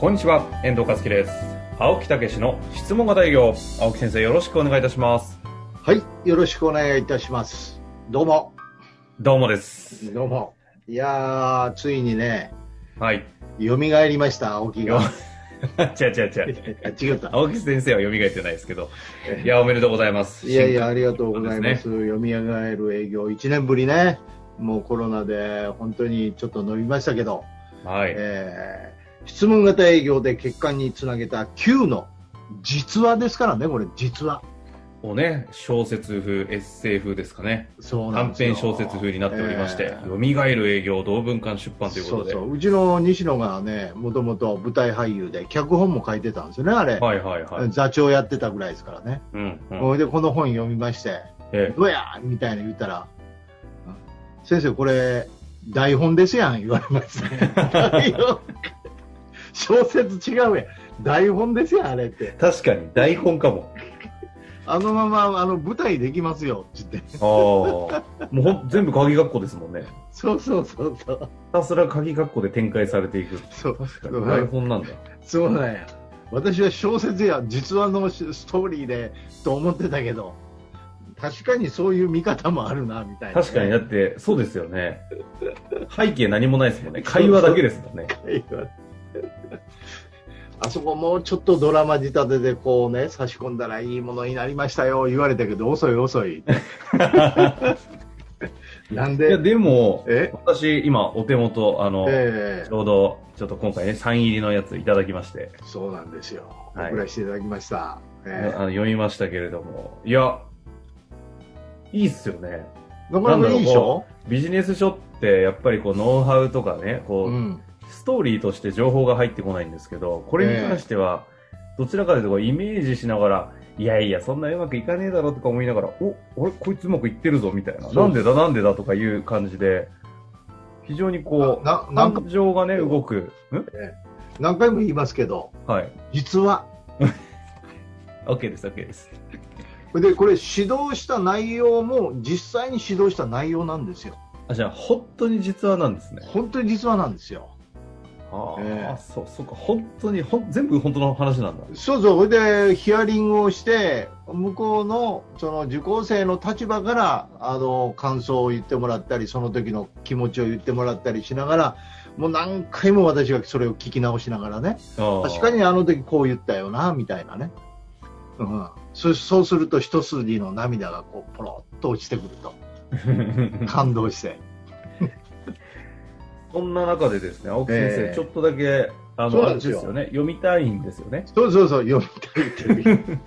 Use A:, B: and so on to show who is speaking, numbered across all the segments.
A: こんにちは、遠藤和樹です。青木武の質問型営業、青木先生よろしくお願いいたします。
B: はい、よろしくお願いいたします。どうも、
A: どうもです。
B: どうも。いやー、ついにね、
A: はい。
B: 蘇りました、青木
A: よ
B: が。
A: 違う違う違う。
B: あ違った。
A: 青木先生は蘇ってないですけど。いや、おめでとうございます。
B: いやいや、あ
A: 新
B: りがとうございます。蘇る営業、1年ぶりね、もうコロナで本当にちょっと伸びましたけど、
A: 刊。はい。
B: えー質問型営業で結果につなげた Q の実話ですからね、これ、実話。
A: をね、小説風、エッセイ風ですかね。
B: そうなん
A: 短
B: です
A: 編
B: よ
A: 小説風になっておりまして、
B: えー
A: 蘇る営業同文館出版ということで。
B: そうそううちの西野がね、もともと舞台俳優で、脚本も書いてたんですよね、あれ、
A: はいはいはい。
B: 座長やってたぐらいですからね、
A: うん、うん。
B: それでこの本読みまして、
A: ええ
B: どうやみたいな言ったら、うん先生、これ、台本です やん、言われましたね台本小説違うやん、台本ですやん、あれって、
A: 確かに、台本かも。
B: あのままあの舞台できますよって言って、
A: ああ。もうほん全部鍵括弧ですもんね。
B: そうそうそうそう、
A: ひたすら鍵括弧で展開されていく。
B: そう
A: 確かに台本なんだ。
B: そうなんや。私は小説や実話のストーリーでと思ってたけど、確かにそういう見方もあるな、みたいな、
A: 確かに、だって、そうですよね。背景何もないですもんね。会話だけですもんね。
B: あそこもうちょっとドラマ仕立てでこうね差し込んだらいいものになりましたよ言われたけど遅い 遅いなん
A: いや、
B: で
A: でも、
B: え
A: 私、今、お手元、あの、
B: ええ
A: ちょうど、ちょっと今回ね、サイン入りのやついただきまして、
B: そうなんですよ
A: はい
B: 送らせていただきました、
A: あ
B: え
A: の読みましたけれども、いや、いいっすよね。
B: えなかなかいいでしょ
A: ビジネス書って、やっぱりこう、ノウハウとかね、こう、
B: うん
A: ストーリーとして情報が入ってこないんですけど、これに関しては、どちらかというとこうイメージしながら、いやいや、そんなうまくいかねえだろとか思いながら、お、あれ、こいつうまくいってるぞみたいな、
B: そう
A: なんでだ、なんでだとかいう感じで、非常にこう、
B: ななんか
A: 感情がね、動く。ん
B: 何回も言いますけど
A: はい。
B: 実は
A: OK です、OK です。
B: でこれ指導した内容も実際に指導した内容なんですよ
A: あ、じゃあ、本当に実話なんですね。
B: 本当に実話なんですよ
A: ああ、
B: ええ
A: そう、そうか、本当に、ほん全部本当の話なんだ。
B: そうそう、それでヒアリングをして、向こうのその受講生の立場からあの感想を言ってもらったり、その時の気持ちを言ってもらったりしながら、もう何回も私がそれを聞き直しながらね、
A: ああ
B: 確か。にあの時こう言ったよな、みたいなね。うん、そそうすると一筋の涙がこうポロッと落ちてくると感動して
A: そんな中でですね、青木先生、
B: ええ
A: ちょっとだけ、あ
B: そう
A: の、あ
B: なん
A: れ
B: で
A: ですすよ
B: よ
A: ね、読みたいんですよね。
B: そうそうそう読みたいって いう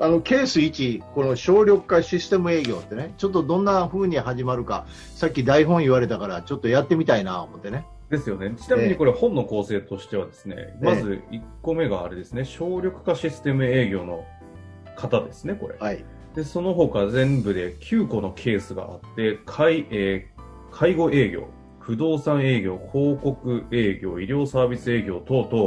B: あのケース1この省力化システム営業ってねちょっとどんな風に始まるかさっき台本言われたからちょっとやってみたいな思ってね
A: ですよね。ちなみ
B: え
A: に
B: え
A: これ本の構成としてはですね、まず1個目があれですね、省力化システム営業の方ですね、これ。
B: はい
A: で、その他全部で9個のケースがあって、介,、えー介護営業、不動産営業、広告営業、医療サービス営業等々、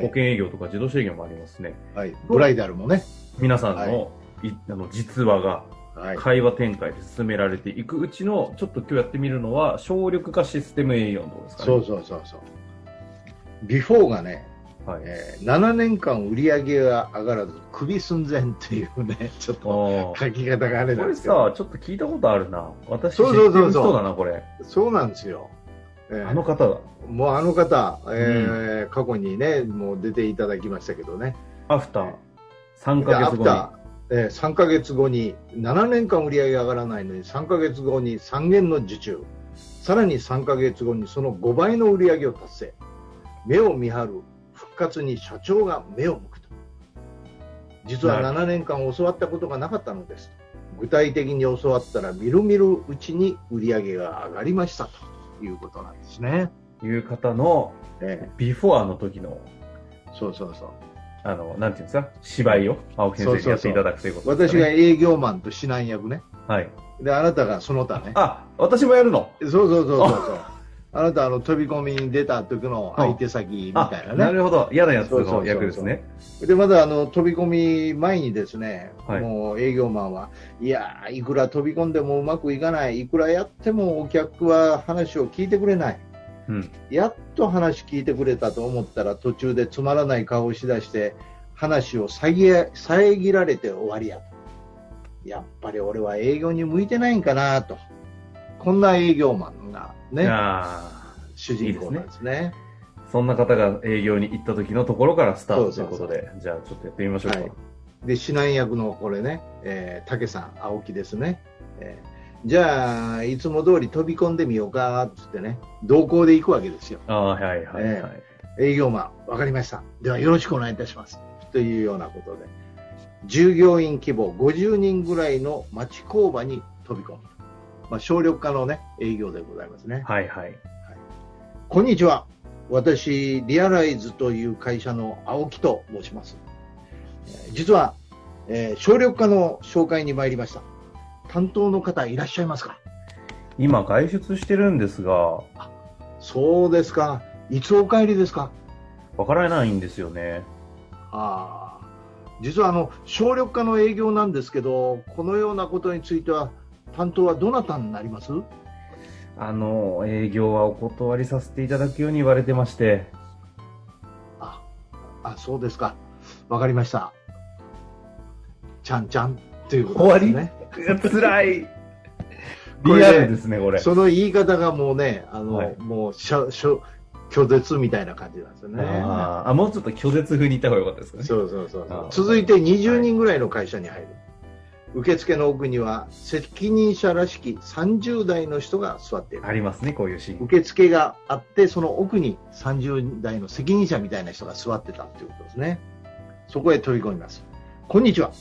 A: 保
B: い、
A: 険営業とか自動車営業もありますね。
B: はい、ブライダルもね、
A: 皆さんの,、い、あの実話が
B: はい、
A: 会話展開で進められていくうちの、ちょっと今日やってみるのは、省力化システム営業のところですかね。
B: そうそうそうそうビフォーがね、
A: はい。
B: えー7年間売り上げが上がらず首寸前っていうねちょっ
A: あ
B: と
A: ー
B: 書き方があれな
A: こ
B: ん
A: れ
B: ですけど
A: さ、ちょっと聞いたことあるな。私、
B: そうそ
A: 知っ
B: うそうそう
A: てる人だな、これ。
B: そうなんですよ、えー
A: あの方だ。
B: もうあの方、えー過去にね、もう出ていただきましたけどね、
A: アフター。3
B: で
A: ヶ
B: ア
A: 月
B: フ
A: 後
B: ター、えー3ヶ月後に、7年間売り上げ上がらないのに、3ヶ月後に3減の受注、さらに3ヶ月後にその5倍の売り上げを達成、目を見張る復活に社長が目を向くと、実は
A: なる
B: 7年間教わったことがなかったのです、具体的に教わったら、みるみるうちに売り上げが上がりましたということなんですね。
A: いう方の
B: え
A: ビフォアの時の、
B: えそうそうそう。
A: あの、なんていうんですか、芝居を青木先生にやっていただくということです
B: 私
A: ね、
B: が営業マンと指南役ね。
A: はい。
B: で、あなたがその他ね。
A: あ、私もやるの
B: そうそうそうそうそう。あなた、あの、飛び込みに出た時の相手先み
A: あ
B: たい、
A: な
B: なね。
A: るほど。嫌なやつ
B: そうそうそう
A: の
B: そう
A: 役ですね。
B: で、まだ、あの、飛び込み前にですね、
A: はい
B: もう営業マンは、いやー、いくら飛び込んでもうまくいかない。いくらやってもお客は話を聞いてくれない。
A: うん。
B: やっと話聞いてくれたと思ったら、途中でつまらない顔をしだして、話を遮ら遮られて終わりやと。やっぱり俺は営業に向いてないんかなと。こんな営業マンがね、
A: ああ。
B: 主人公なんですね。
A: そんな方が営業に行った時のところからスタートと
B: そ
A: いうう
B: そう
A: こ
B: そ
A: と
B: う
A: で、じゃあちょっとやってみましょうか。
B: はいで、指南役のこれね、えー、竹さん、青木ですね。えーじゃあ、いつも通り飛び込んでみようか、つってね、同行で行くわけですよ。
A: ああ、はいはいはい。
B: 営業マン、わかりました。ではよろしくお願いいたします。というようなことで、従業員規模50人ぐらいの町工場に飛び込む。まあ、省力化のね、営業でございますね。
A: はいはい。
B: こんにちは。私、リアライズという会社の青木と申します。えー実は、えー省力化の紹介に参りました。担当の方いらっしゃいますか
A: 今外出してるんですが、わ
B: そうですか。いつお帰りですか
A: からないんですよね。
B: ああ実はあの省力化の営業なんですけどこのようなことについては担当はどなたになります
A: あの、営業はお断りさせていただくように言われてまして。
B: ああそうですかわかりましたちゃんちゃんということですね
A: 辛い。
B: これね
A: リアルですね、これ。
B: その言い方がもうねあの、
A: はい
B: もうしゃしょ拒絶みたいな感じなんですよね
A: あーあ、もうちょっと拒絶風に言った方が良かったですかね。
B: そうそうそうそ
A: あ
B: う
A: ー
B: 続いて20人ぐらいの会社に入る、受付の奥には責任者らしき30代の人が座っている
A: ありますね、こういうシーン。
B: 受付があって、その奥に30代の責任者みたいな人が座ってたっていうことですね。そこへ飛び込みます。こんにちは。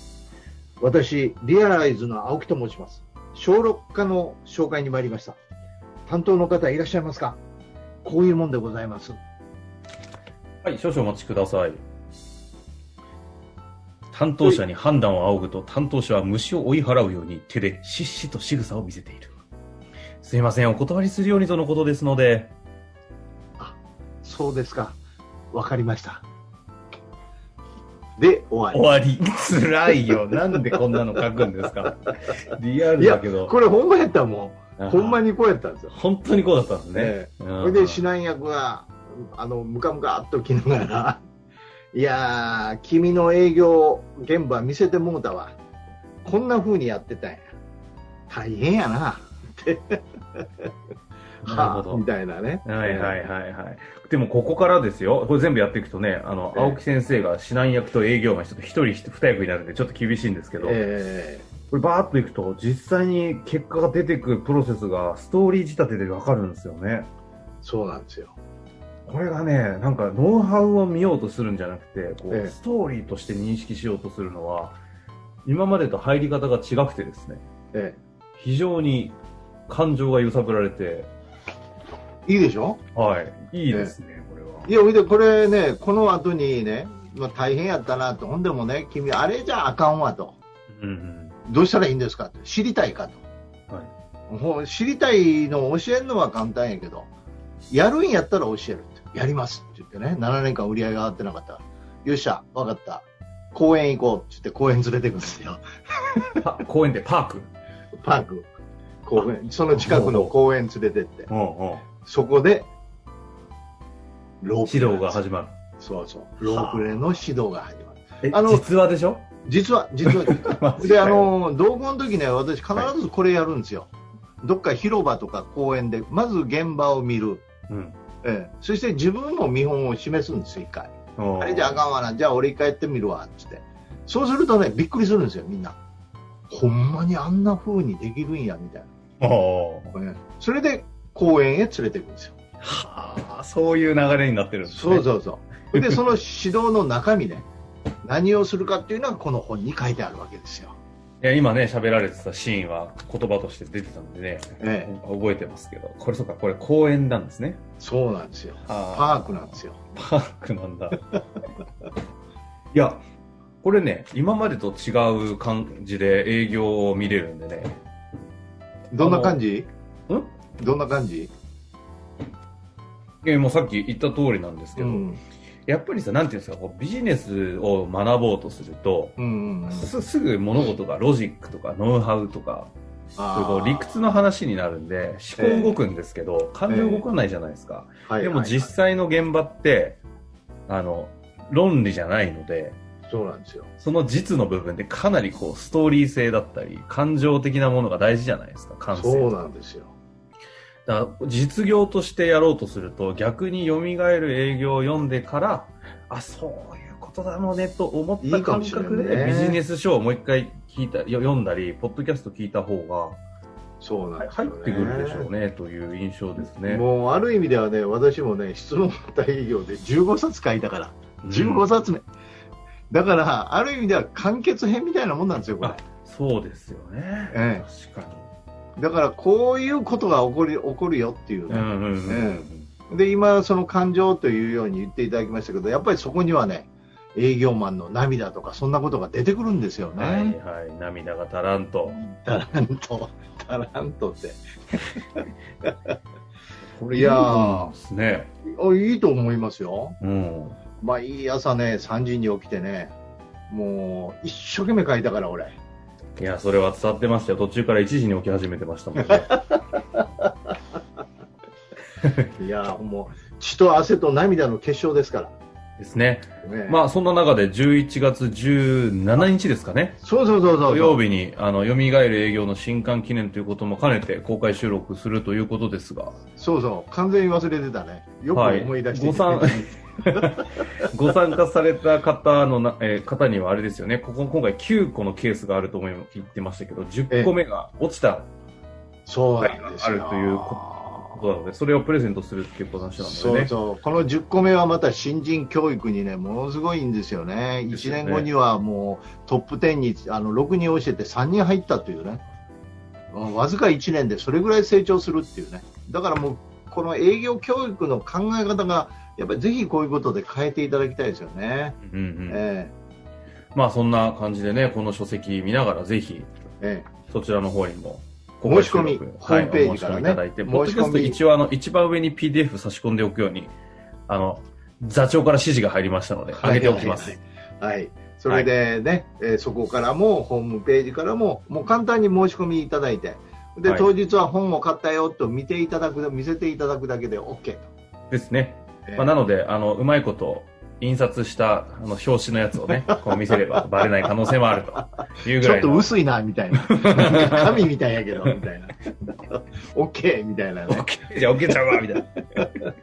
B: 私、リアライズの青木と申します。小6課の紹介に参りました。担当の方いらっしゃいますかこういうもんでございます。
A: はい、少々お待ちください。担当者に判断を仰ぐと、担当者は虫を追い払うように手でしっしと仕草を見せている。すいません、お断りするようにとのことですので、
B: そうですか。わかりました。で、終
A: 終
B: わ
A: わり。 辛いよ。なんでこんなの書くんですか。リア
B: り。い
A: ルだ
B: や、
A: けど。
B: これほんまやったも
A: あ
B: ん。
A: ー
B: ほんま。にこうやったんですよ。
A: 本当にこうだったんですね。
B: え
A: うん
B: それで指南役は、あの、ムカムカっときながら、 いやー、君の営業現場見せてもうたわ。こんな風にやってたんや。大変やな。
A: なるほ
B: はあみ
A: ど。
B: たいなね。
A: はいはいはいはい。でもここからですよ。これ全部やっていくとね、あの、
B: ええ
A: 青木先生が指南役と営業マン、ちょっと一人二役になるんで、ちょっと厳しいんですけど、
B: え
A: これバーっといくと、実際に結果が出てくるプロセスがストーリー仕立てでわかるんですよね。
B: ーそうなんですよ。
A: これがね、なんかノウハウを見ようとするんじゃなくて、こう、
B: ええ
A: ストーリーとして認識しようとするのは、今までと入り方が違くてですね、
B: え
A: 非常に感情が揺さぶられて、
B: えいいでしょ
A: はい、いいですね、これは。
B: いや、ほいで、これね、この後にね、まあ、大変やったなと。ほんでもね、君、あれじゃあかんわと。
A: うん
B: どうしたらいいんですかと知りたいかと、
A: は
B: もう知りたいのを教えるのは簡単やけどやるんやったら教えるってやりますって言ってね7年間売り上げが上がってなかったからよっしゃ分かった公園行こうって言って公園連れてくんですよ
A: うん。パ公園でパーク。
B: パーク公園その近くの公園連れてって
A: うんうん。
B: そこでロ
A: 指導が始まる。
B: そうそうロープレの指導が始まる
A: え、
B: あの
A: 実話でしょ
B: 実は実は
A: マジか
B: で、
A: よ
B: あの、同行の時ね、私必ずこれやるんですよ。どっか広場とか公園で、まず現場を見る。
A: うん。
B: ええ、そして自分の見本を示すんですよ、一回。あ
A: あ
B: れじゃあかんわな、じゃあ俺一回やってみるわ、つって。そうするとね、びっくりするんですよ、みんな。ほんまにあんな風にできるんや、みたい
A: あー
B: な。ええそれで公園へ連れていくんですよ。
A: はあ、そういう流れになってるんですね。
B: そうそうそう。で、その指導の中身ね、何をするかっていうのはこの本に書いてあるわけですよ。
A: いや、今ね、喋られてたシーンは言葉として出てたんでね、
B: ええ、
A: 覚えてますけど、これそうか、これ公園なんですね。
B: そうなんですよ。
A: あ
B: パークなんですよ。
A: ーパークなんだ。 いや、これね、今までと違う感じで営業を見れるんでね。
B: どんな感じ
A: んい
B: どんな感じ
A: や、もうさっき言った通りなんですけ
B: う
A: ど、
B: ん。
A: やっぱりさ、なんていうんですか、こうビジネスを学ぼうとすると、
B: うん。
A: すすぐ物事がロジックとかノウハウとか、そういうこ
B: あ
A: う
B: ー
A: 理屈の話になるんで、思考動くんですけど、感情動かないじゃないですか。
B: はい
A: でも実
B: はい
A: 際の現場って、あの、論理じゃないので、
B: はいそうなんですよ。
A: その実の部分でかなりこう、ストーリー性だったり、感情的なものが大事じゃないですか、感性。
B: そうなんですよ。
A: だから実業としてやろうとすると、逆に蘇る営業を読んでから、あ、そういうことだろうねと思っ
B: い
A: た
B: いか
A: 感
B: もしれんね
A: 覚で、ビジネス書をもう一回聞いた、よ読んだり、ポッドキャスト聞いた方が、
B: そうなん
A: はい
B: ですよ
A: 入っ
B: ね
A: てくるでしょうね、という印象ですね。
B: もうある意味ではね、私もね、質問型営業で15冊書いたから、15
A: 歳
B: 冊目。だから、ある意味では完結編みたいなもんなんですよ、これ
A: あ。そうですよね。
B: え
A: 確かに。
B: だから、こういうことが起こり、起こるよっていう
A: う
B: ね。
A: んうんうんうん
B: で、今、その感情というように言っていただきましたけど、やっぱりそこにはね、営業マンの涙とか、そんなことが出てくるんですよね。
A: はいはい、涙が足らんと。
B: タラント、タラントって。
A: こ
B: れいやー
A: ですね。
B: あいいと思いますよ。
A: うん。
B: 毎朝ね、3時に起きてね、もう一生懸命書いたから、俺。
A: いや、それは伝わってましたよ。途中から1時に起き始めてま したもんね。
B: いやーもう血と汗と涙の結晶ですか
A: ですね。
B: ら、ね
A: まあ、そんな中で11月17日ですかね。
B: そうそうそうそう
A: 土曜日に、あの、蘇る営業の新刊記念ということも兼ねて公開収録するということですが、
B: そうそう完全に忘れてたねよく
A: はい
B: 思い出してきて、
A: 誤算 ご参加された方のな、えー方にはあれですよね、ここ、今回9個のケースがあると思い、言ってましたけど、10個目が落ちた
B: そうなんです
A: あ
B: よ、
A: るということなので、それをプレゼントするっていう話なのでね。
B: そうそうこの10個目はまた新人教育にねものすごいんですよね
A: です
B: 1
A: よね
B: 年後にはもうトップ10にあの6人教えて3人入ったというねうんわずか1年でそれぐらい成長するっていうねだからもうこの営業教育の考え方がやっぱりぜひこういうことで変えていただきたいですよね。
A: うんうん
B: え
A: まあそんな感じでね、この書籍見ながらぜひ、
B: えええ
A: そちらの方にも、
B: 申し込み
A: 公開収録
B: ホームページか
A: はい、お申し込み
B: らね
A: いただいて、
B: 申
A: ポ
B: し
A: ッド
B: 込み
A: キャスト一応あの、一番上に PDF 差し込んでおくように、あの、座長から指示が入りましたので、上げておきます。
B: はいはいはいそれでね、えーそこからもホームページからももう簡単に申し込みいただいてで、
A: はい
B: 当日は本を買ったよと見ていただく見せていただくだけで OK と、
A: ですね。
B: えー
A: まあ、なので、あの、うまいこと、印刷した、あの、表紙のやつを ね、こう見せればバレない可能性もあるというぐ
B: ちょ
A: ら
B: っ
A: い
B: と
A: の。
B: 薄いなみた いななんか神みたいやけどみたいな OK みたいな、ね、
A: OK じゃあ OK ちゃうわ、みたいな。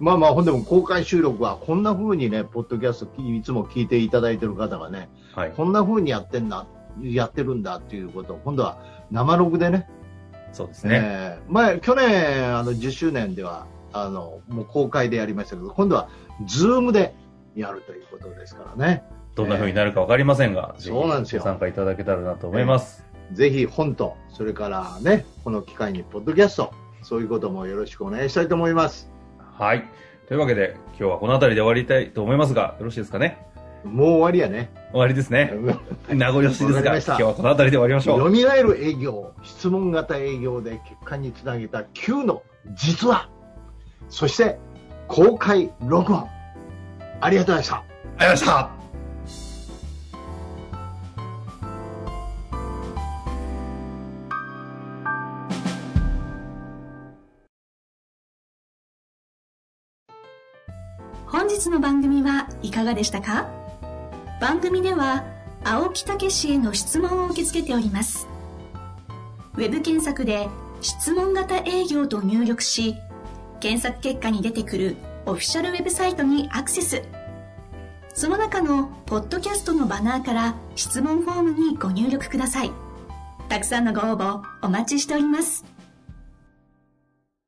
B: まあまあほんでも公開収録はこんな風にねポッドキャストいつも聞いていただいてる方がね
A: はい。
B: こんな風にやってんだやってるんだっていうことを今度は生ログでね
A: そうですね。
B: えー前去年あの10周年ではあのもう公開でやりましたけど今度はズームでやるということですからね
A: どんな風になるかわかりませんが、
B: えー
A: ぜひ
B: そうなんですよ
A: ご参加いただけたらなと思います。
B: ぜひ本とそれからねこの機会にポッドキャストそういうこともよろしくお願いしたいと思います
A: はい。というわけで、今日はこの辺りで終わりたいと思いますが、よろしいですかね
B: もう終わりや ね
A: 終わりですね。名残惜しいです
B: わかり
A: が、
B: ました
A: 今日はこの辺りで終わりましょ
B: よ
A: う。
B: みがえる営業質問型営業で結果につなげた9の実話そして公開録音ありがとうございました
A: ありがとうございました
C: 本日の番組はいかがでしたか番組では青木武氏への質問を受け付けておりますウェブ検索で「質問型営業」と入力し検索結果に出てくるオフィシャルウェブサイトにアクセスその中のポッドキャストのバナーから質問フォームにご入力くださいたくさんのご応募お待ちしております